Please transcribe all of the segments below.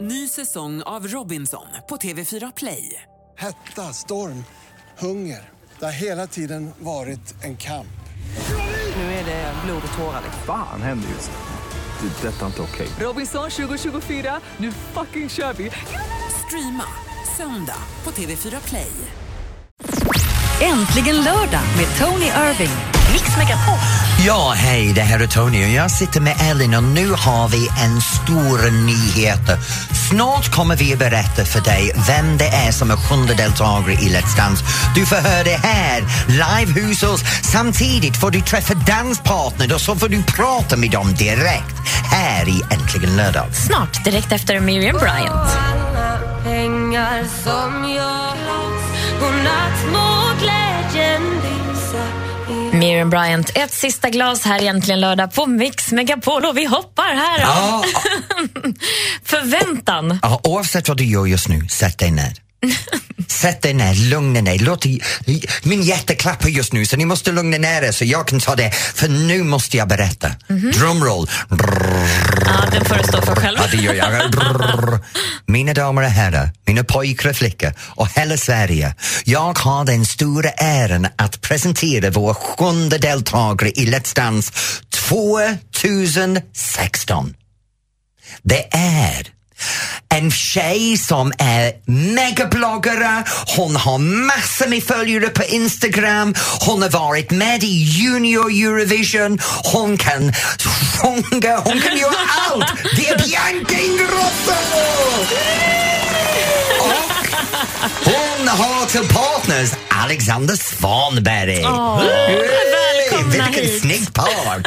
Ny säsong av Robinson på TV4 Play. Hetta, storm, hunger. Det har hela tiden varit en kamp. Nu är det blod och tårar. liksom. Fan händer just nu. Det. är Detta är inte okej. Robinson 2024, nu fucking kör vi! Streama söndag på TV4 Play. Äntligen lördag med Tony Irving. Mix Megapol. Ja, hej, det här är Tony och jag sitter med Elin och nu har vi en stor nyhet. Snart kommer vi berätta för dig vem det är som är sjunde deltagare i Let's Dance. Du får höra det här, live hos oss. Samtidigt får du träffa danspartner och så får du prata med dem direkt här i Äntligen lördag. Snart, direkt efter Miriam Bryant. alla pengar som jag Godnatt må glädjen lysa i Miriam Bryant, ett sista glas här egentligen lördag på Mix Megapol och vi hoppar här. Ja, Förväntan. Ja, oavsett vad du gör just nu, sätt dig ner. Sätt dig ner, lugna ner. Låt, min hjärta klappar just nu så ni måste lugna ner er så jag kan ta det. För nu måste jag berätta. Drumroll. Ja, den får du stå för själv. Ja, det gör jag. Brrr. Mina damer och herrar, mina pojkar och flickor och hela Sverige. Jag har den stora äran att presentera vår sjunde deltagare i Let's Dance 2016. Det är en tjej som är megabloggare, hon har massor med följare på Instagram, hon har varit med i Junior Eurovision, hon kan sjunga, hon kan göra allt! Det är Bianca Ingrosso! Och hon har till partners Alexander Svanberg. Åh, välkomna Vilken hit. snygg par!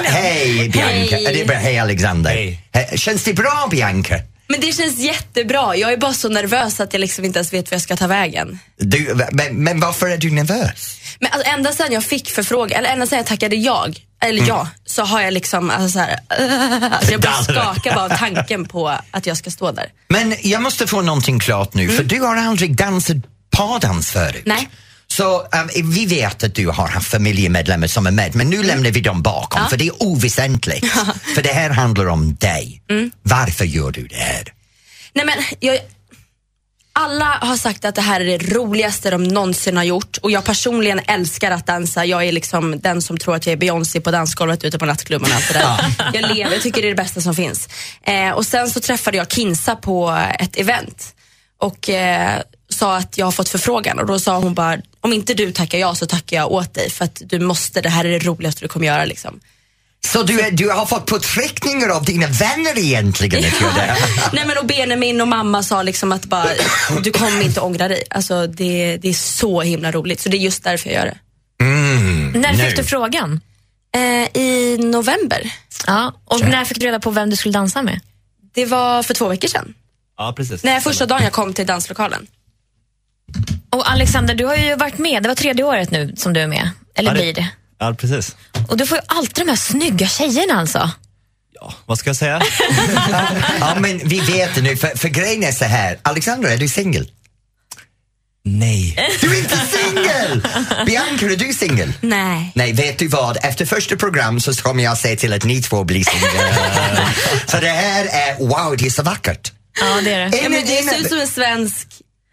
Hej Bianca! Hej. Är det bra? Hej Alexander! Hej. Eh, Känns det bra Bianca? Men det känns jättebra. Jag är bara så nervös att jag liksom inte ens vet vad jag ska ta vägen. Du, men, men varför är du nervös? Men alltså, ända sedan jag fick förfrågan, eller ända sedan jag tackade jag, eller Mm. ja, så har jag liksom alltså, så här, alltså, jag bara Darrar. skakar bara av tanken på att jag ska stå där. Men jag måste få någonting klart nu, för du har aldrig dansat pardans förut. Mm. Nej. Så eh, vi vet att du har haft familjemedlemmar som är med, men Mm. nu lämnar vi dem bakom för det är oväsentligt. för det här handlar om dig. Mm. Varför gör du det här? Nej men, jag, alla har sagt att det här är det roligaste de någonsin har gjort och jag personligen älskar att dansa. Jag är liksom den som tror att jag är Beyoncé på dansgolvet ute på nattklubben och allt det där. jag lever, jag tycker det är det bästa som finns. Eh, och sen så träffade jag Kinsa på ett event och eh, sa att jag har fått förfrågan och då sa hon bara, om inte du tackar jag så tackar jag åt dig för att du måste, det här är det roligaste du kommer göra liksom. Så du, är- du har fått påtryckningar av dina vänner egentligen att göra det här? Nej men och Benjamin och mamma sa liksom att bara, du kommer inte ångra dig. Alltså det, det är så himla roligt. Så det är just därför jag gör det. När Nu. fick du frågan? Eh, I november, Ja, och när fick du reda på vem du skulle dansa med? det var för två veckor sedan. Ja, precis. Nej, första dagen jag kom till danslokalen. Och Alexander, du har ju varit med, det var tredje året nu som du är med. Eller Ja, det- blir det. Ja, precis. Och du får ju alltid de här snygga tjejerna alltså. Ja, vad ska jag säga? ja, men vi vet det nu, för, för grejen är så här. Alexandra, är du singel? Nej. Du är inte singel! Bianca, är du singel? Nej. Nej, vet du vad? Efter första program så kommer jag säga till att ni två blir singlar. För det här är, wow, det är så vackert. Ja, det är det. Ja, En men av det ser dina- ut som en svensk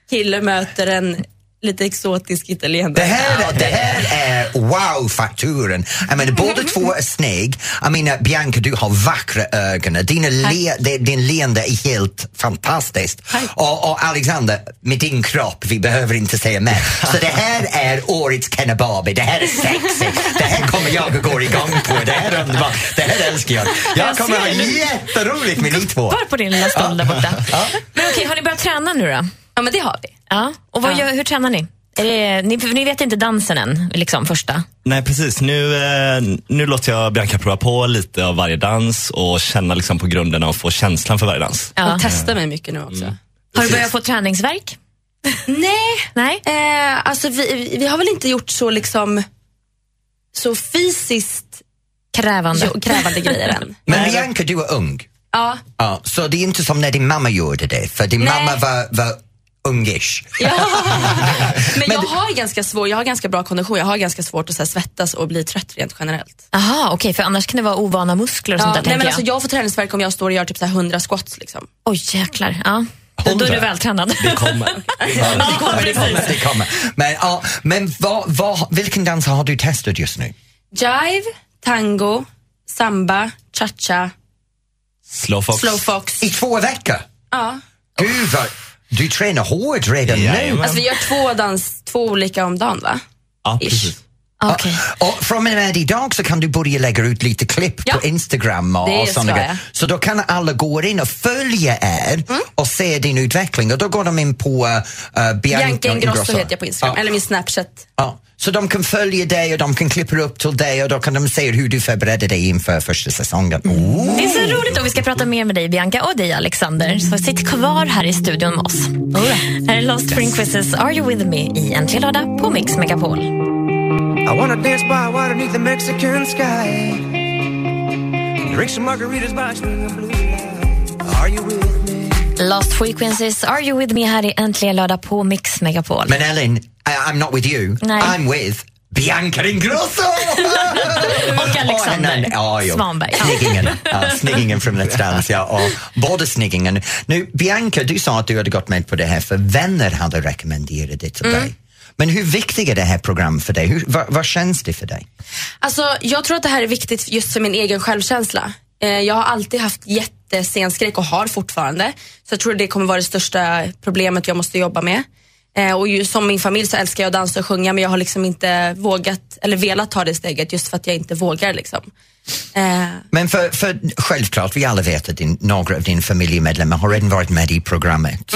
kille möter en lite exotisk Det italienare. här, det här är wow-fakturen. Jag menar, båda två är snygg. Jag menar, Bianca, du har vackra ögon. Dina le, de- din leende är helt fantastiskt. Och, och Alexander, med din kropp, vi behöver inte säga mer. Så det här är årets Kenna Barbie. Det här är sexy. Det här kommer jag att gå igång på. Det här är underbart. Det här älskar jag. Jag kommer ha jätteroligt med ni två. Bara på din lilla stol där borta. Men okej, har ni börjat träna nu då? Ja men det har vi. Ja. Och vad Ja. Gör, hur tränar ni? Är det, ni? Ni vet inte dansen än, liksom första. Nej, precis. Nu, eh, nu låter jag Bianca prova på lite av varje dans och känna liksom på grunderna och få känslan för varje dans. Ja. De testar mig mycket nu också. Har du börjat få träningsverk? Nej, Nej? Eh, alltså vi, vi har väl inte gjort så liksom så fysiskt Krävande. jo, krävande grejer än. Men Bianca, du är ung. Ja, Ja, så det är inte som när din mamma gjorde det, för din Nej. mamma var, var ungish. Ja. Men jag det- har ganska svår, jag har ganska bra kondition, jag har ganska svårt att så här, svettas och bli trött rent generellt. Aha, okej, för annars kan det vara ovana muskler och Ja, sånt där nej, men tänker jag. jag. Alltså, jag får träningsvärk om jag står och gör typ så här 100 squats. Liksom. Oj jäklar, ja. Då, då är du Hundra. vältränad. Det kommer. Ja, precis. Det kommer. Men, ja, men vad, vad, vilken dans har du testat just nu? Jive, tango, samba, cha-cha, Slowfox. slow fox. I två veckor? Ja. Gud vad, du tränar hårt redan nu. Jajamän. Alltså, vi gör två, dans, två olika om dagen va? Ja, Ish. precis. Okej. Och från och med idag så kan du börja lägga ut lite klipp Ja. på Instagram Det och, och ska sådana jag. grejer. Så då kan alla gå in och följa er Mm. och se din utveckling. Och då går de in på eh, eh, Bianca, Bianca Ingrosso heter jag på Instagram, Ja. eller min Snapchat. Ja, så de kan följa dig och de kan klippa upp till dig och då kan de se hur du förbereder dig inför första säsongen. Mm. Ooh. Det är så roligt och vi ska prata mer med dig Bianca och dig Alexander. Så sitt kvar här i studion med oss. Här är Lost Frequencies, Are You With Me i Äntligen Lördag på Mix Megapol. I wanna dance by water beneath the Mexican sky. Drink some margaritas by string of blue lights. Are you with me? Lost Frequencies, Are You With Me här i Äntligen Lördag på Mix Megapol. Men Ellen, I, I'm not with you. Nej. I'm with Bianca Ingrosso! och Alexander henne- ja, jo. Svanberg. Ja. Sniggingen. Ja, sniggingen från Let's Dance, ja. Och både sniggingen. Nu, Bianca, du sa att du hade gått med på det här för vänner hade rekommenderat det till Mm. dig. Men hur viktigt är det här programmet för dig? Hur, vad, vad känns det för dig? Alltså, jag tror att det här är viktigt just för min egen självkänsla. Eh, jag har alltid haft jättescenskräck och har fortfarande. Så jag tror det kommer vara det största problemet jag måste jobba med. Eh, och ju, som min familj så älskar jag att dansa och sjunga men jag har liksom inte vågat eller velat ta det steget just för att jag inte vågar. Liksom. Eh, Men för, för självklart, vi alla vet att din, några av dina familjemedlemmar har redan varit med i programmet.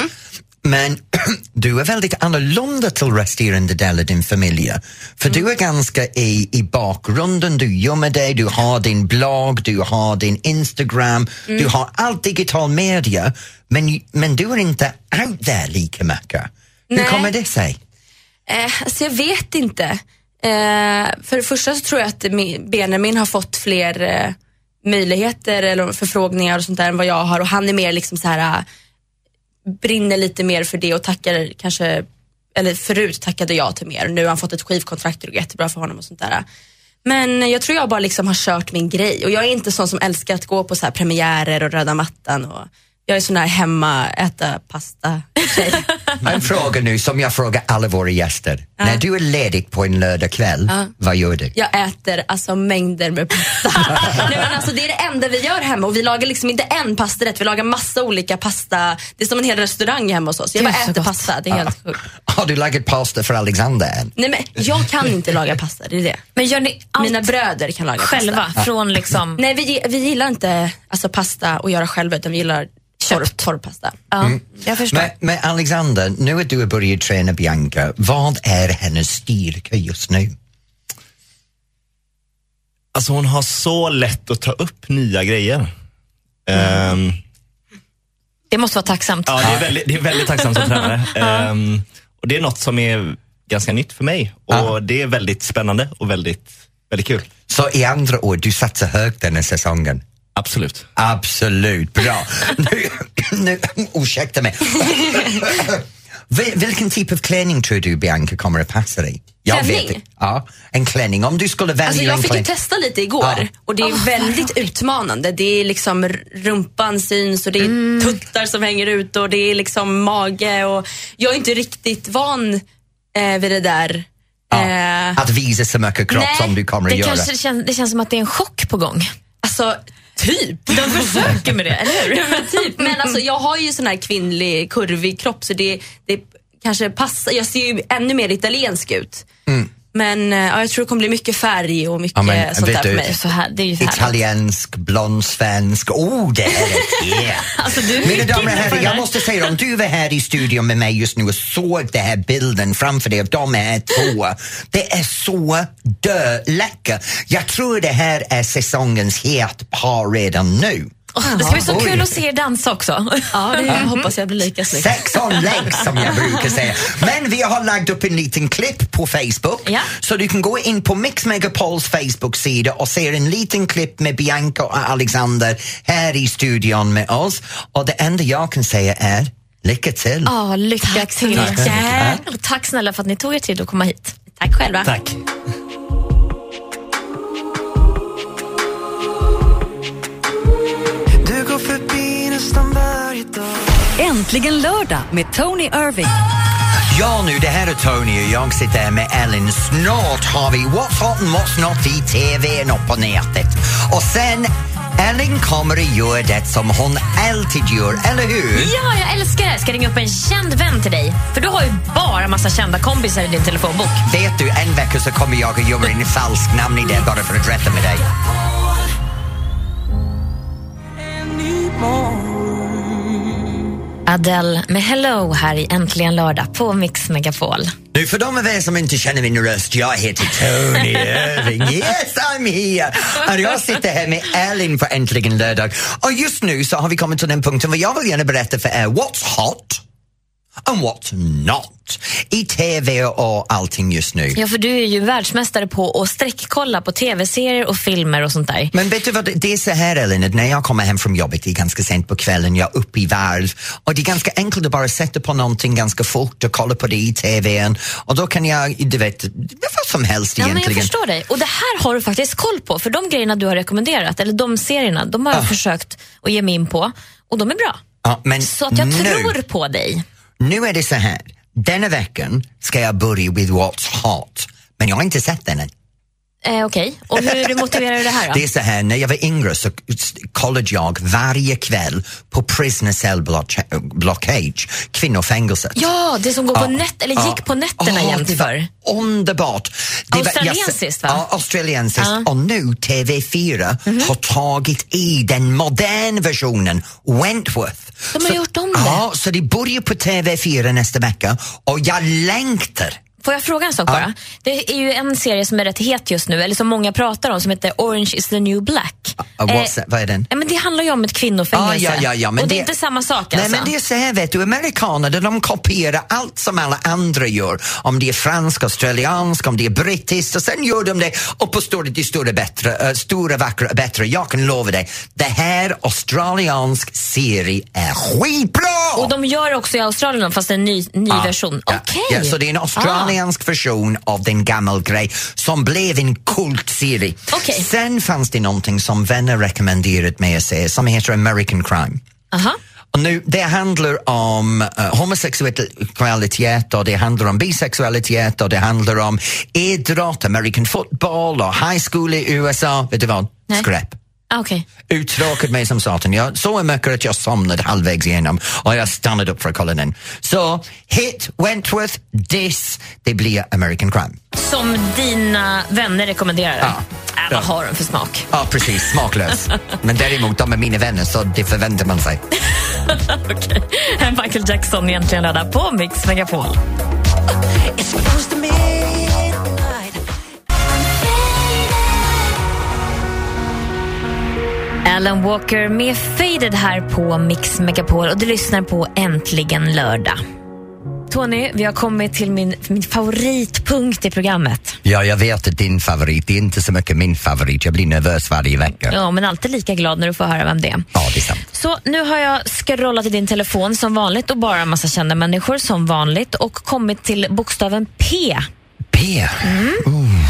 Men du är väldigt annorlunda till resterande del av din familj. För du är ganska i, i bakgrunden, du gömmer dig, du har din blogg, du har din Instagram, du har allt digital media. Men, men du är inte out there lika mycket. Hur Nej. kommer det sig? Eh, alltså jag vet inte. Eh, för det första så tror jag att mi- Benjamin har fått fler eh, möjligheter eller förfrågningar och sånt där än vad jag har och han är mer liksom så här eh, brinner lite mer för det och tackar kanske, eller förut tackade jag till mer. Nu har han fått ett skivkontrakt och det går jättebra för honom och sånt där. Men jag tror jag bara liksom har kört min grej och jag är inte sån som älskar att gå på så här premiärer och röda mattan och jag är sån här hemma, äta pasta tjej. En fråga nu som jag frågar alla våra gäster. När du är ledig på en lördagkväll, vad gör du? Jag äter alltså mängder med pasta. Nej, men alltså, det är det enda vi gör hemma och vi lagar liksom inte en pastarätt, vi lagar massa olika pasta. Det är som en hel restaurang hemma hos oss. Jag Det är bara så äter gott. pasta, det är helt sjukt. Har du lagat pasta för Alexander än? Nej, men jag kan inte laga pasta, det är det. Men gör ni allt Mina bröder kan laga pasta. själva? Från liksom... Nej, vi, vi gillar inte alltså, pasta och göra själva utan vi gillar torr, torrpasta. Ja, Mm. jag förstår. Men, men Alexander, nu att du har börjat träna Bianca, vad är hennes styrka just nu? Alltså hon har så lätt att ta upp nya grejer. Mm. Ehm, Det måste vara tacksamt. ja, det, är väldigt, det är väldigt tacksamt som tränare. Ehm, och det är något som är ganska nytt för mig. Och det är väldigt spännande och väldigt, väldigt kul. Så i andra ord, du satsar högt den här säsongen. Absolut. Absolut, bra. nu, nu, ursäkta mig. Vil- Vilken typ av klänning tror du Bianca kommer att passa dig? Klänning? inte. ja, en klänning. Om du skulle välja Alltså, en jag fick ju klänning. testa lite igår Ja. och det är väldigt utmanande. Det är liksom r- rumpan syns och det är Mm. tuttar som hänger ut och det är liksom mage och jag är inte riktigt van eh, vid det där. Eh, Att visa så mycket kropp Nej, som du kommer att det, göra. kanske känns, det känns som att det är en chock på gång. alltså, typ. De försöker med det, eller hur? Men typ. Men alltså, jag har ju sån här kvinnlig kurvig kropp så det, det kanske passar. Jag ser ju ännu mer italiensk ut. Men eh, ja, jag tror det kommer bli mycket färg och mycket Mm. men sånt vet där du- för Det är mig. så här, det är ju så här. Italiensk, blond, svensk. Oh, det är det! Yeah. Alltså, du är Mina mycket damer och inne på det herrar, jag där. måste säga om du var här i studion med mig just nu och såg den här bilden framför dig av de här två. Det är så döläcker. Jag tror det här är säsongens het par redan nu. Åh, Det ska bli så Oj. kul att se er dansa också. Ja, det hoppas jag blir lika snygg. Sex on legs som jag brukar säga. Men vi har lagt upp en liten klipp på Facebook Ja. så du kan gå in på Mix Megapols Facebook-sida och se en liten klipp med Bianca och Alexander här i studion med oss. Och det enda jag kan säga är Lycka till! Ja, lycka till. Tack. Tack. Och tack snälla för att ni tog er tid att komma hit. Tack själva. Tack. Du går förbi nästan varje dag Äntligen lördag med Tony Irving. Ja nu, det här är Tony och jag sitter här med Ellen. Snart har vi What's Hot and What's Not i TVn och på nätet. Och sen, Ellen kommer att göra det som hon alltid gör, eller hur? Ja, jag älskar det. Jag ska ringa upp en känd vän till dig. För du har ju bara massa kända kompisar i din telefonbok. Vet du, en vecka så kommer jag att göra en falsk namn i det bara för att rätta med dig. Adele med Hello här i Äntligen lördag på Mix Megapol. Nu för de av er som inte känner min röst, jag heter Tony Irving. Yes, I'm here! Och jag sitter här med Ellen på Äntligen lördag. Och just nu så har vi kommit till den punkten var jag vill gärna berätta för er what's hot and what's not i TV och allting just nu. Ja, för du är ju världsmästare på att sträckkolla på tv-serier och filmer och sånt där. Men vet du vad, det är så här Ellen, att när jag kommer hem från jobbet, det är ganska sent på kvällen, jag är uppe i varv och det är ganska enkelt att bara sätta på någonting ganska fort och kolla på det i TVn och då kan jag, du vet, vad som helst Ja, men jag egentligen. förstår dig. Och det här har du faktiskt koll på. För de grejerna du har rekommenderat, eller de serierna, de Ah. har jag försökt att ge mig in på. Och de är bra. Ja, men Så att jag nu, tror på dig. Nu är det så här, denna veckan ska jag börja with what's hot, men jag har inte sett den än. Eh, Okej, och hur motiverar du det här då? Det är så här, när jag var yngre så kollade jag varje kväll på Prisoner Cell Blocka- Blockage, kvinnofängelset. Ja, det som går på Ja. nät, eller Ja. gick på nätterna Ja, jämt Ah. det var förr. Underbart! Det var- jag- Australiensiskt, va? Ja, australiensiskt. Ja. Mhm. Och nu TV4 har tagit i den moderna versionen, Wentworth. De har så, gjort om det. Ja, så det börjar på TV4 nästa vecka och jag längtar! Får jag fråga en sak Ah. bara? Det är ju en serie som är rätt het just nu, eller som många pratar om, som heter Orange is the new black. Uh, Eh, what's that? Vad är den? ja, men det handlar ju om ett kvinnofängelse. Ah, ja, ja, ja, men och det är inte samma sak Nej, alltså. men det är så här, vet du, amerikaner de- de kopierar allt som alla andra gör. Om det är fransk, australiensk, om det är brittiskt och sen gör de det och påstår att det är stora, bättre, eh, stora vackra och bättre. Jag kan lova dig, det här australiensk serie är skitbra! Och de gör också i Australien, fast en ny, ny version. Ah, Ja, Okej. Ah. ja, så det är en australiensk version av den gammal grej som blev en kultserie. Okej. Sen fanns det någonting som vänner rekommenderat mig att se som heter American Crime. Ah, aha. Och nu, det handlar om eh, homosexualitet och det handlar om bisexualitet och det handlar om idrott, American football och high school i USA. Vet du vad? Nej. Skräp. Ah, Okej. Uttråkat mig som satan. Jag såg mycket att jag somnade halvvägs igenom och jag stannade upp för att kolla den. Så hit Wentworth, diss, det blir American crime. Som dina vänner rekommenderar? Ja. Äh, vad har de för smak? Ja, precis. Smaklös. Men däremot, de är mina vänner så det förväntar man sig. Okej. Michael Jackson egentligen lördag på Mix Megapol. Close to midnight Alan Walker med Faded här på Mix Megapol och du lyssnar på Äntligen lördag. Tony, vi har kommit till min, min favoritpunkt i programmet. Ja, jag vet att din favorit, det är inte så mycket min favorit. Jag blir nervös varje vecka. Ja, men alltid lika glad när du får höra vem det är. Ja, det är sant. Så nu har jag scrollat i din telefon som vanligt och bara en massa kända människor som vanligt och kommit till bokstaven P. P. Oh,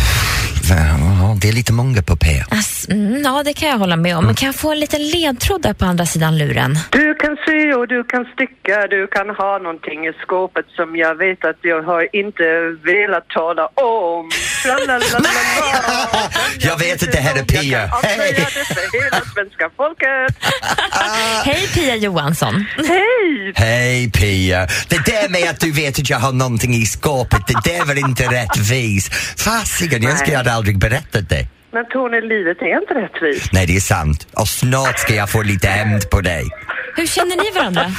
Mm. det är lite många på P. Ass, mm, ja, det kan jag hålla med om. Men kan jag få en liten ledtråd där på andra sidan luren? Du kan sy och du kan sticka, du kan ha någonting i skåpet som jag vet att jag har inte velat tala om. Tra, la, la, la, la. Jag vet att det här är Jag Pia. kan avslöja Hej! det för hela svenska folket. Ah. Hej Pia Johansson. Hej! Hej Pia! Det där med att du vet att jag har någonting i skåpet, det där var inte rättvis. Fasiken, jag önskar jag hade aldrig berättat det. Men Tony, livet är inte rättvist. Nej, det är sant. Och snart ska jag få lite hämnd på dig. Hur känner ni varandra?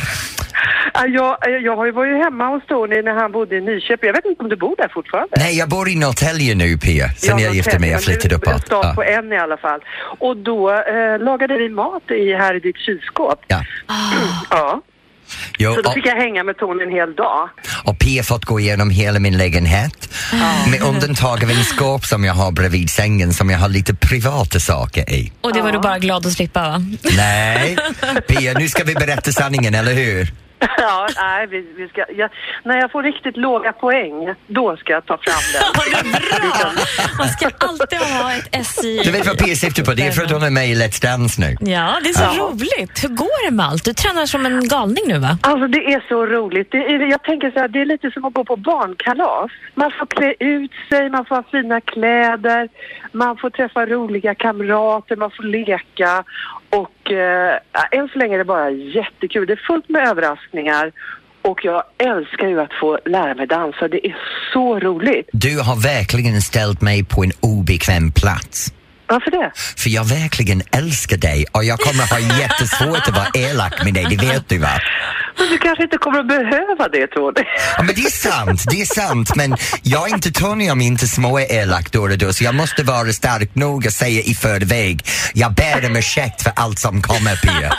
Ah, Jag, jag har ju varit hemma hos Tony när han bodde i Nyköping. Jag vet inte om du bor där fortfarande? Nej, jag bor i Norrtälje nu Pia, sen jag gifte mig. Jag flyttade uppåt. Ja. Ja. på en i alla fall. Och då eh, lagade vi mat i, här i ditt kylskåp. Ja. Ja. Jo, Så då och- fick jag hänga med Tony en hel dag. och Pia fått gå igenom hela min lägenhet Ah. med undantag av en skåp som jag har bredvid sängen som jag har lite privata saker i. Och det var du bara glad att slippa va? Nej, Pia, nu ska vi berätta sanningen, eller hur? Ja, nej, vi, vi ska, jag, när jag får riktigt låga poäng, då ska jag ta fram den. Man ska alltid ha ett S i... Du vet vad Pia syftar på? Det är för att hon är med i Let's Dance nu. Ja, det är så roligt. Hur går det med allt? Du tränar som en galning nu va? Alltså det är så roligt. Det är, jag tänker så här, det är lite som att gå på barnkalas. Man får klä ut sig, man får ha fina kläder, man får träffa roliga kamrater, man får leka. Och eh, än så länge är det bara jättekul. Det är fullt med överraskningar. Och jag älskar ju att få lära mig dansa. Det är så roligt. Du har verkligen ställt mig på en obekväm plats. Varför det? För jag verkligen älskar dig och jag kommer ha jättesvårt att vara elak med dig, det vet du va? Men du kanske inte kommer att behöva det Tony. Ja, men det är sant, det är sant. Men jag är inte Tony om inte små är elak då och då, så jag måste vara stark nog att säga i förväg. Jag ber om ursäkt för allt som kommer, Pia.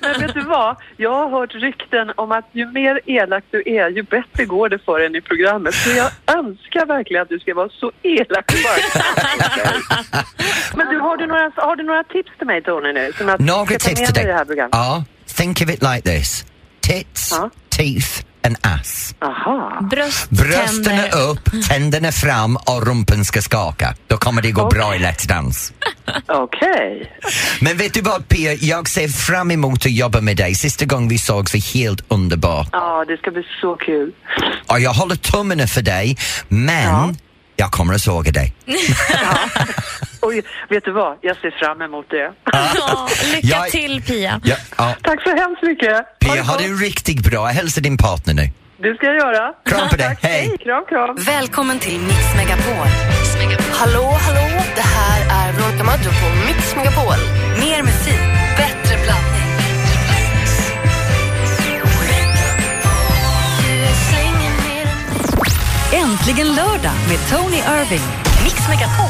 Men vet du vad? Jag har hört rykten om att ju mer elak du är, ju bättre går det för en i programmet. Så jag önskar verkligen att du ska vara så elak du bara kan. Men du, har du, några, har du några tips till mig Tony nu? Som jag Några ska ta tips till med mig i dig. det här programmet? Ja, think of it like this. Tits, teeth and ass. Aha. Bröst, Brösten är upp, tänderna fram och rumpen ska skaka. Då kommer det gå bra i Let's Dance. Okej. Men vet du vad Pia, jag ser fram emot att jobba med dig. Sista gången vi sågs var helt underbart. Ja, det ska bli så kul. Och jag håller tummarna för dig, men jag kommer att såga dig. Och vet du vad? Jag ser fram emot det. lycka Jag- till Pia. Ja, ja. Tack så hemskt mycket. Pia, ha det riktigt bra. Hälsa din partner nu. Det ska jag göra. Kram på dig, hej! Kram, kram. Välkommen till Mix Megapol. Hallå, hallå, det här är Veronica Maggio på Mix Megapol. Mer musik, bättre blandning. Äntligen lördag med Tony Irving. Mix Megapol.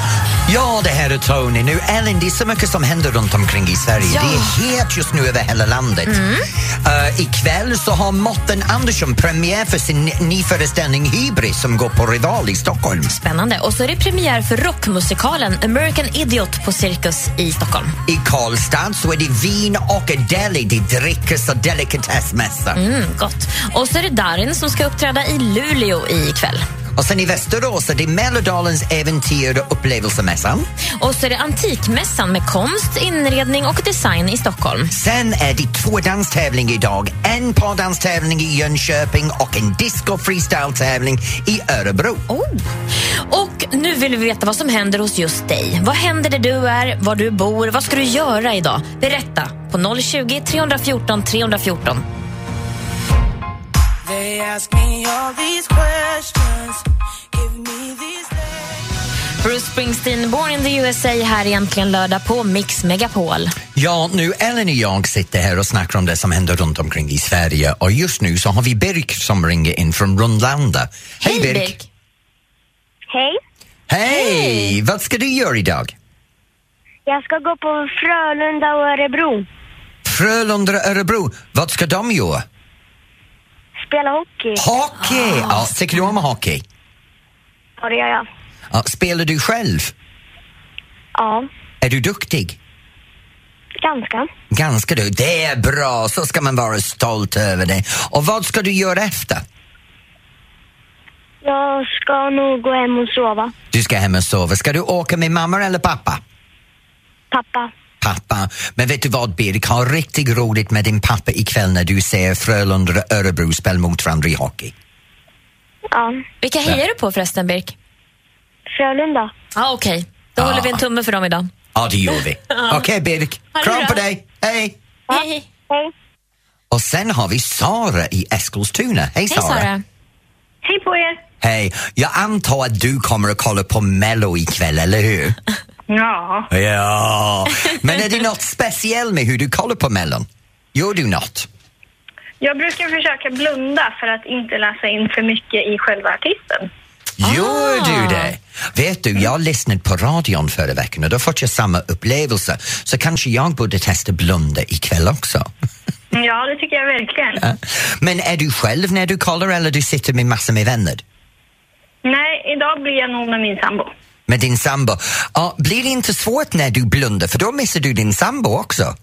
Ja, det här är Tony. Nu, Ellen, det är så mycket som händer runt omkring i Sverige. Ja. Det är het just nu över hela landet. Eh, ikväll så har Mårten Andersson premiär för sin ny- ny föreställning Hybris som går på Rival i Stockholm. Spännande. Och så är det premiär för rockmusikalen American Idiot på Cirkus i Stockholm. I Karlstad så är det vin och deli. Det dricks och delikatessmässa. Mm, gott. Och så är det Darin som ska uppträda i Luleå ikväll. Och sen i Västerås är det Mälardalens äventyr och upplevelsemässan. Och så är det Antikmässan med konst, inredning och design i Stockholm. Sen är det två danstävlingar idag. En pardanstävling i Jönköping och en disco freestyle-tävling i Örebro. Och nu vill vi veta vad som händer hos just dig. Vad händer där du är, var du bor, vad ska du göra idag? Berätta på 020 314 314. They ask me all these questions. Give me these Bruce Springsteen, Born in the USA, här egentligen lördag på Mix Megapol. Ja, nu Ellen och jag sitter här och snackar om det som händer runt omkring i Sverige och just nu så har vi Birk som ringer in från Rundlanda. Hej, Birk! Hej, Hej! Vad ska du göra idag? jag ska gå på Frölunda och Örebro. Frölunda och Örebro, vad ska de göra? Spela hockey. Hockey! Ja, tycker du om hockey? Ja, det gör jag. Ja, spelar du själv? Ja, Är du duktig? ganska. Ganska du, det är bra, så ska man vara stolt över det. Och vad ska du göra efter? Jag ska nog gå hem och sova. Du ska hem och sova. Ska du åka med mamma eller pappa? Pappa. Pappa. Men vet du vad Birk, ha riktigt roligt med din pappa ikväll när du ser Frölunda och Örebro spela mot varandra i hockey. Ja. Vilka hejar du på förresten, Birk? Frölunda. Ja, okej. Då Ja. håller vi en tumme för dem idag. Ja, det gör vi. Ja. Okej Birk, Ha det kram bra. på dig. Hej! Hej. Hej. Och sen har vi Sara i Eskilstuna. Hej Sara! Hej på er. Hej! Jag antar att du kommer att kolla på Mello ikväll, eller hur? Ja. Ja, men är det något speciellt med hur du kollar på Mellon? Gör du något? Jag brukar försöka blunda för att inte läsa in för mycket i själva artisten. Gör du det? Vet du, jag lyssnade på radion förra veckan och då fick jag samma upplevelse. Så kanske jag borde testa blunda ikväll också. Ja, det tycker jag verkligen. Men är du själv när du kollar eller du sitter med massor med vänner? Nej, idag blir jag nog med min sambo. Med din sambo? Ja, blir det inte svårt när du blundar för då missar du din sambo också?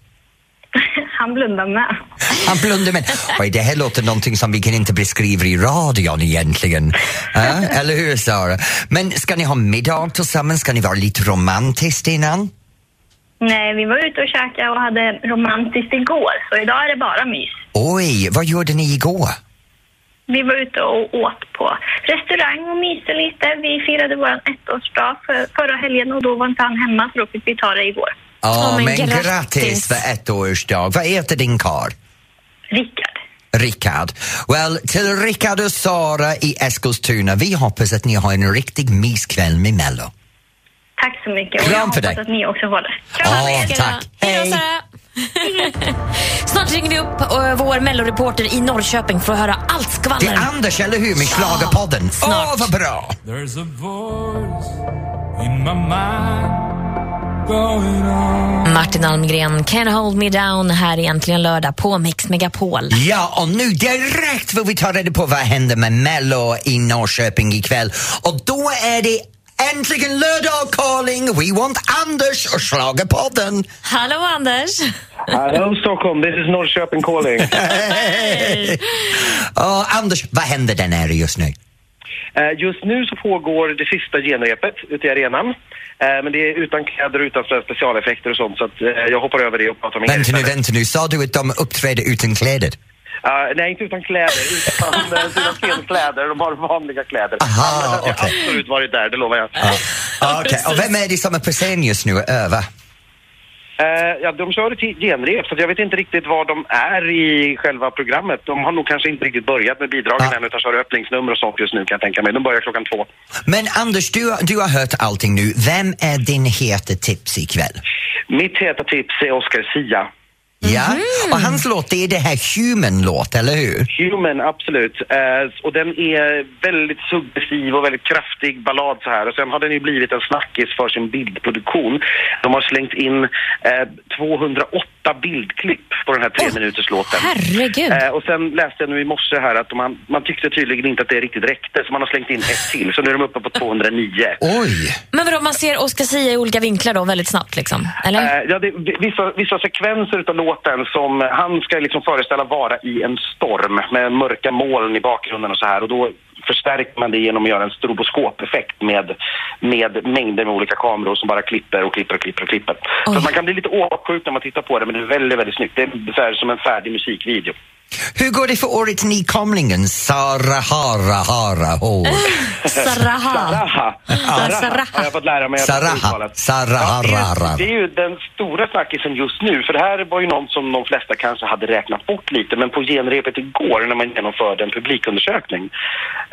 han blundar med. Han blundar med. Oj, det här låter någonting som vi kan inte beskriva i radion egentligen. Ja, eller hur Sara? Men ska ni ha middag tillsammans? Ska ni vara lite romantiskt innan? Nej, vi var ute och käkade och hade romantiskt igår, så idag är det bara mys. Oj, vad gjorde ni igår? Vi var ute och åt på restaurang och myste lite. Vi firade vår ettårsdag för, förra helgen och då var inte han hemma, så då fick vi ta det igår. Ja, men, grattis. för ettårsdag. Vad heter din karl? Rickard. Rickard. Well, till Rickard och Sara i Eskilstuna. Vi hoppas att ni har en riktig myskväll med Mello. Tack så mycket och Kram jag för hoppas dig. att ni också har det. Ja, tack. Hej då, Sara! Snart ringer vi upp eh, vår melloreporter i Norrköping för att höra allt skvaller. Det är Anders, eller hur, med Schlagerpodden. Åh, vad bra! There's a voice in my mind going on. Martin Almgren, Can hold me down, här är äntligen lördag på Mix Megapol. Ja, och nu direkt vill vi ta reda på vad händer med Mello i Norrköping ikväll. Och då är det äntligen lördag calling! We want Anders och Schlagerpodden! Hallå Anders! Hello Stockholm, this is Norrköping calling. Och Anders, vad händer där nere just nu? Eh, Just nu så pågår det sista genrepet ute i arenan. Eh, Men det är utan kläder och utan sådana specialeffekter och sånt så att eh, jag hoppar över det och pratar om er Vänta nu, istället. vänta nu. Sa du att de uppträder utan kläder? Eh, nej, inte utan kläder, utan eh, sina scenkläder. De har vanliga kläder. Annars hade jag absolut varit där, det lovar jag. Okej, och vem är det som är på scen just nu och övar? Eh, ja, de kör ett genrep, så att jag vet inte riktigt var de är i själva programmet. De har nog kanske inte riktigt börjat med bidragen än, utan kör öppningsnummer och sånt just nu kan jag tänka mig. De börjar klockan två. Men Anders, du, du har hört allting nu. Vem är din heta tips ikväll? Mitt heta tips är Oscar Sia. Ja, och hans låt det är det här Human-låt, eller hur? Human, absolut. Eh, och den är väldigt suggestiv och väldigt kraftig ballad så här. Och sen har den ju blivit en snackis för sin bildproduktion. De har slängt in eh, 208 bildklipp på den här tre minuters låten. herregud. Eh, och sen läste jag nu i morse här att man, man tyckte tydligen inte att det riktigt räckte så man har slängt in ett till. Så nu är de uppe på 209. Oj! Men vadå, man ser Oscar Sia i olika vinklar då väldigt snabbt liksom? Eller? Eh, ja, det, det- vissa, vissa sekvenser av låten som han ska liksom föreställa vara i en storm med mörka moln i bakgrunden och så här. Och då förstärker man det genom att göra en stroboskopeffekt med, med mängder med olika kameror som bara klipper och klipper och klipper och klipper. Så man kan bli lite avundsjuk när man tittar på det men det är väldigt, väldigt snyggt. Det är så här som en färdig musikvideo. Hur går det för årets nykomlingen Sara Hara Hara H? Saraha. Saraha. Saraha. Saraha. Har jag fått lära mig att Saraha. uttala. Saraha. Ja, det, är ju, det är ju den stora snackisen just nu, för det här var ju någon som de flesta kanske hade räknat bort lite, men på genrepet igår när man genomförde en publikundersökning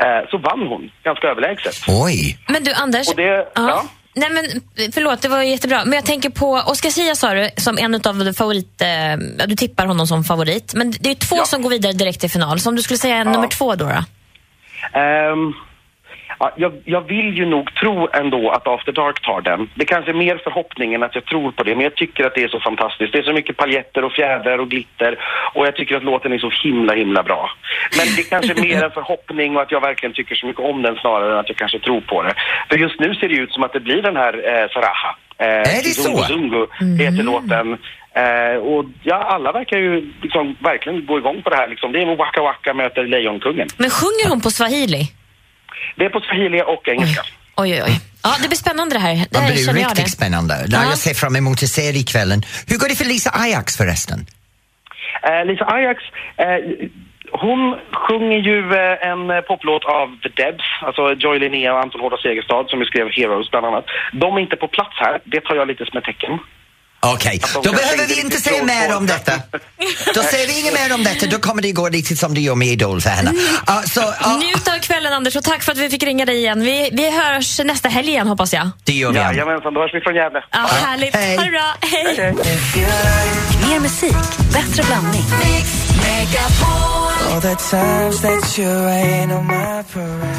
eh, så vann hon ganska överlägset. Oj! Men du Anders, Och det, ja. Nej men förlåt, det var jättebra. Men jag tänker på Oscar Sia sa du, som en av favorit... Eh, ja, du tippar honom som favorit. Men det är ju två som går vidare direkt till final. Så om du skulle säga nummer två då? då? Ehm, ja, jag, jag vill ju nog tro ändå att After Dark tar den. Det kanske är mer förhoppningen att jag tror på det, men jag tycker att det är så fantastiskt. Det är så mycket paljetter och fjädrar och glitter och jag tycker att låten är så himla, himla bra. Men det kanske är mer en förhoppning och att jag verkligen tycker så mycket om den snarare än att jag kanske tror på det. För just nu ser det ut som att det blir den här eh, Saraha. Eh, Är det så? Zungu Zungu heter låten. Eh, och ja, alla verkar ju liksom verkligen gå igång på det här liksom. Det är Waka Waka möter Lejonkungen. Men sjunger hon på swahili? Det är på swahili och engelska. Oj, oj, oj. Ja, det blir spännande det här. Det Det här blir känner jag riktigt det. spännande. Ja. Ja. Jag ser fram emot att se det ikvällen. Hur går det för Lisa Ajax förresten? Eh, Lisa Ajax, eh, hon sjunger ju eh, en eh, poplåt av The Debs, alltså Joy Linnea och Anton Hårda Segerstad som ju skrev Heroes bland annat. De är inte på plats här, det tar jag lite som ett tecken. Okej, Att de då kanske behöver vi inte inte riktigt säga tror mer på om det. detta. Då säger vi inget mer om detta, då kommer det gå lite som det gör med Idol för henne. Ja, så, ja, Njut av kvällen Anders och tack för att vi fick ringa dig igen. Vi, vi hörs nästa helg igen hoppas jag. det gör vi. Anna. Jajamensan, då hörs vi från Gävle. Ja, härligt. Hej. Ha det bra. Hej. Mer musik, bättre blandning. All the times that you rain on my parade.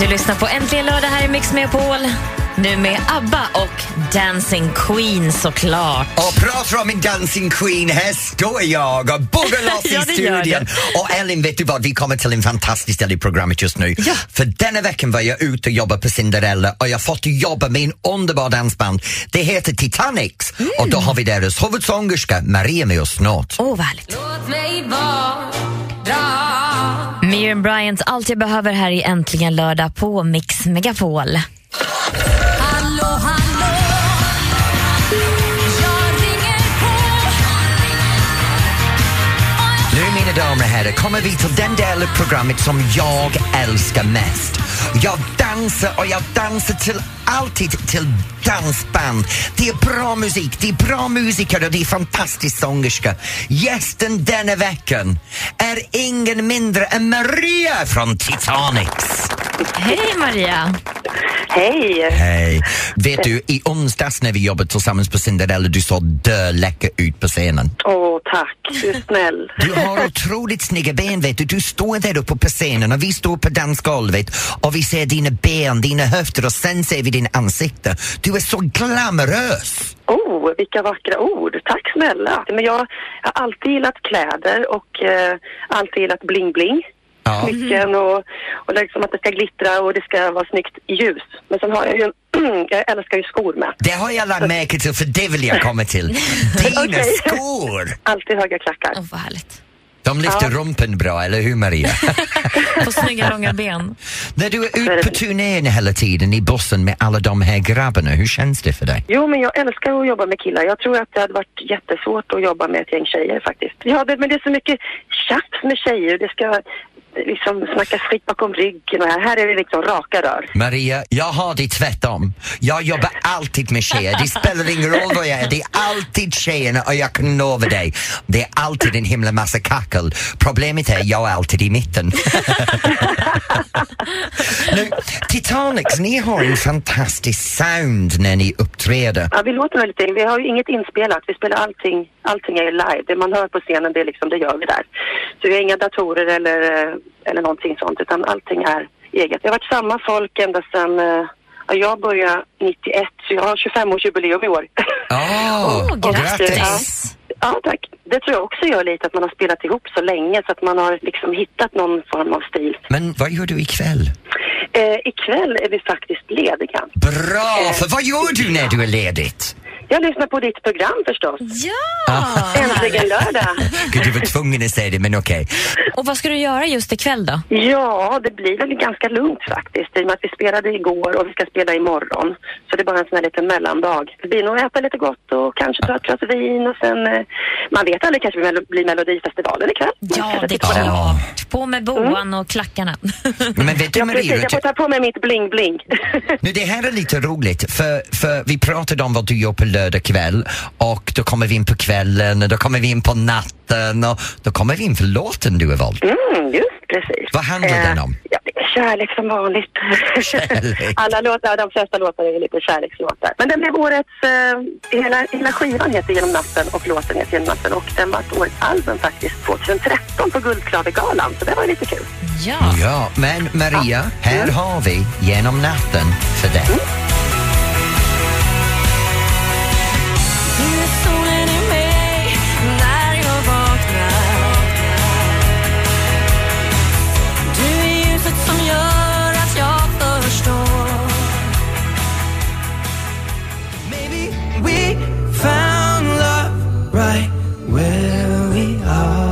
Du lyssnar på Äntligen lördag här i Mix Megapol. Nu med ABBA och Dancing Queen såklart. Och pratar om min Dancing Queen, här står jag och buggar loss Ja, i det gör studion. Och Elin, vet du vad? Vi kommer till en fantastisk del i programmet just nu. För denna veckan var jag ute och jobbade på Cinderella och jag fått jobba med en underbar dansband. Det heter Titanics Mm. och då har vi deras huvudsångerska Maria med oss snart. Åh, vad härligt. Miriam Bryant, Allt jag behöver här i Äntligen lördag på Mix Megapol. Hallå, hallå. Jag ringer Nu mina damer och herrar kommer vi till den del av programmet som jag älskar mest. Jag dansar och jag dansar till alltid till dansband. Det är bra musik, det är bra musiker och det är fantastisk sångerska. Gästen denna veckan är ingen mindre än Maria från Titanics. Hej Maria! Hej! Hej! Vet du, i onsdags när vi jobbade tillsammans på Cinderella, du såg döläcker ut på scenen. Åh, tack. Du är snäll. Du har otroligt snygga ben, vet du. Du står där uppe på scenen och vi står på dansgolvet och vi ser dina ben, dina höfter och sen ser vi din ansikte. Du är så glamorös! Oh, vilka vackra ord. Tack snälla. Men jag har alltid gillat kläder och eh, alltid gillat bling-bling. Ja. Smycken och, och liksom att det ska glittra och det ska vara snyggt ljus. Men sen har jag ju, jag älskar ju skor med. Det har jag lagt märke till, för det vill jag komma till. Dina Okej. skor! Alltid höga klackar. Åh, vad härligt. De lyfter rumpen bra, eller hur Maria? På snygga långa ben. När du är ute på turnén hela tiden i bussen med alla de här grabbarna, hur känns det för dig? Jo, men jag älskar att jobba med killar. Jag tror att det hade varit jättesvårt att jobba med ett gäng tjejer faktiskt. Ja, det, men det är så mycket tjafs med tjejer. Det ska liksom snacka skit bakom ryggen och här, här är det liksom raka rör. Maria, jag har det tvärtom. Jag jobbar alltid med tjejer. Det spelar ingen roll vad jag är. Det är alltid tjejerna och jag kan lova dig, det är alltid en himla massa kackel. Problemet är, jag är alltid i mitten. nu, Titanics, ni har en fantastisk sound när ni uppträder. Ja, vi låter väl lite, vi har ju inget inspelat. Vi spelar allting, allting är live. Det man hör på scenen, det, är liksom, det gör vi där. Så vi har inga datorer eller, eh, eller någonting sånt, utan allting är eget. Det har varit samma folk ända sedan eh, ja, jag började 91, så jag har 25-årsjubileum i år. Åh, Och, eh, Ja, ja, tack. Det tror jag också gör lite, att man har spelat ihop så länge så att man har liksom hittat någon form av stil. Men vad gör du ikväll? Eh, ikväll är vi faktiskt lediga. Bra, för vad gör du när du är ledigt? Jag lyssnar på ditt program förstås. Ja! Eh, Äntligen lördag. Gud, du var tvungen att säga det, men okej. Och vad ska du göra just ikväll då? Ja, det blir väl ganska lugnt faktiskt i och med att vi spelade igår och vi ska spela imorgon. Så det är bara en sån här liten mellandag. Det blir nog att äta lite gott och kanske ta ett glas vin och sen, eh, man vet aldrig, kanske det blir Melodifestivalen ikväll. Ja, Mm. det är på den. klart. På med boan och klackarna. Men vet du Precis, Maria, jag får ta på mig mitt bling-bling. Nu, det här är lite roligt, för, för vi pratade om vad du gör på lördag kväll och då kommer vi in på kvällen och då kommer vi in på natten och då kommer vi in för låten du har valt. Mm, just precis. Vad handlar den om? Eh, Ja, det är kärlek som vanligt. Kärlek. Alla låtar, de flesta låtar är ju lite kärlekslåtar. Men den blev årets, eh, hela, hela skivan heter Genom natten och låten heter Genom natten och den var årets album faktiskt 2013 på Guldklavergalan, så det var ju lite kul. Alltså. Ja. Ja, men Maria, här har vi Genom natten för dig. Du är solen i mig när jag vaknar Du är ljuset som gör att jag förstår Maybe we found love right where we are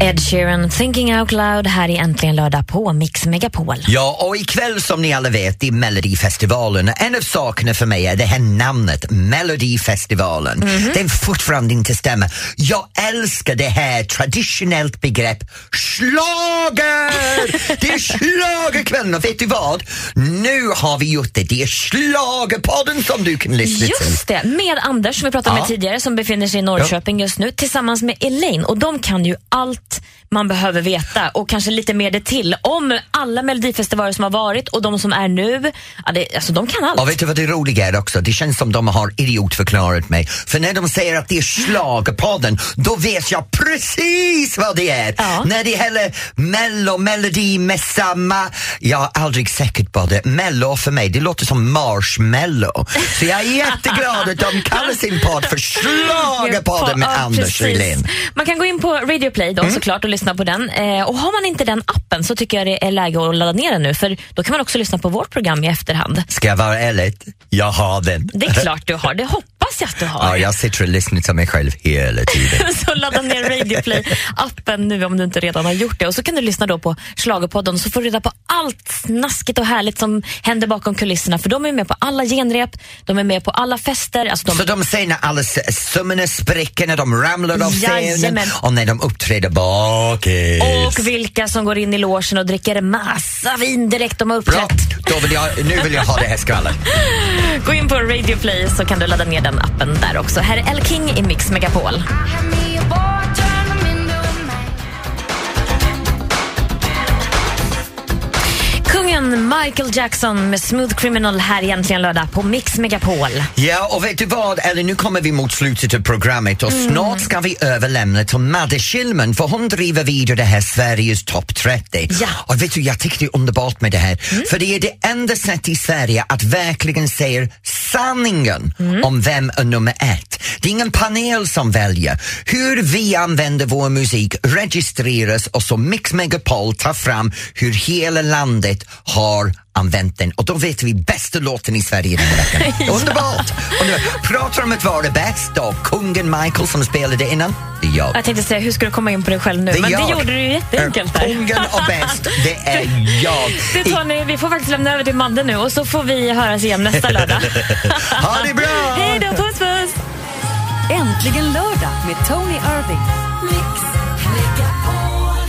Ed Sheeran, Thinking Out Loud här i Äntligen lördag på Mix Megapol. Ja, och ikväll som ni alla vet i Melodifestivalen, en av sakerna för mig är det här namnet, Melodifestivalen. Den fortfarande inte stämmer. Jag älskar det här traditionellt begrepp, slager! Det är schlagerkvällen och vet du vad? Nu har vi gjort det, det är schlagerpodden som du kan lyssna till. Just det, med Anders som vi pratade Ja. med tidigare som befinner sig i Norrköping just nu tillsammans med Elaine och de kan ju allt man behöver veta och kanske lite mer det till om alla melodifestivaler som har varit och de som är nu. Ja, det, alltså de kan allt. Och vet du vad det roliga är också? Det känns som de har idiotförklarat mig. För när de säger att det är schlagerpodden, då vet jag precis vad det är. När det gäller mello, melodi, mässa, ma... Jag är aldrig säkert på det. Mello för mig, det låter som marshmallow. Så jag är jätteglad att de kallar sin podd för schlagerpodden med Ja, Anders Mm. precis. Rylén. Man kan gå in på Radio Play då såklart och lyssna på den. Eh, och har man inte den appen så tycker jag det är läge att ladda ner den nu för då kan man också lyssna på vårt program i efterhand. Ska jag vara ärlig? Jag har den. Det är klart du har, det hoppas jag att du har. Ja, jag sitter och lyssnar till mig själv hela tiden. så ladda ner Radio Play appen nu om du inte redan har gjort det. Och så kan du lyssna då på Schlagerpodden så får du reda på allt snaskigt och härligt som händer bakom kulisserna. För de är med på alla genrep, de är med på alla fester. Alltså de... Så de säger när alla s- sömmarna spricker, när de ramlar av scenen Jajamän. och när de uppträder bakis. Och vilka som går in i logen och dricker massa vin direkt de har Bra, uppträtt. då vill jag, nu vill jag ha det här skvallret. Gå in på Radio Play så kan du ladda ner den appen där också. Här är El King i Mix Megapol. Kungen Michael Jackson med Smooth Criminal här egentligen lördag på Mix Megapol. Ja, och vet du vad? Eller nu kommer vi mot slutet av programmet och Mm. snart ska vi överlämna till Madde Schillman för hon driver vidare det här Sveriges topp 30. Och vet du, jag tycker det är underbart med det här. För det är det enda sättet i Sverige att verkligen säga sanningen om vem är nummer ett. Det är ingen panel som väljer. Hur vi använder vår musik registreras och så Mix Megapol tar fram hur hela landet har använt den och då vet vi bästa låten i Sverige den här veckan. Underbart! Underbart. Pratar om att vara bäst då, kungen Michael som spelade innan, det är jag. Jag tänkte säga, hur ska du komma in på dig själv nu? Det är Men det jag. gjorde du ju jätteenkelt där. Kungen och bäst, det är jag. Det tar ni, vi får faktiskt lämna över till Madde nu och så får vi höras igen nästa lördag. ha det bra! Hej då, puss puss! Äntligen lördag med Tony Irving. Mix Megapol.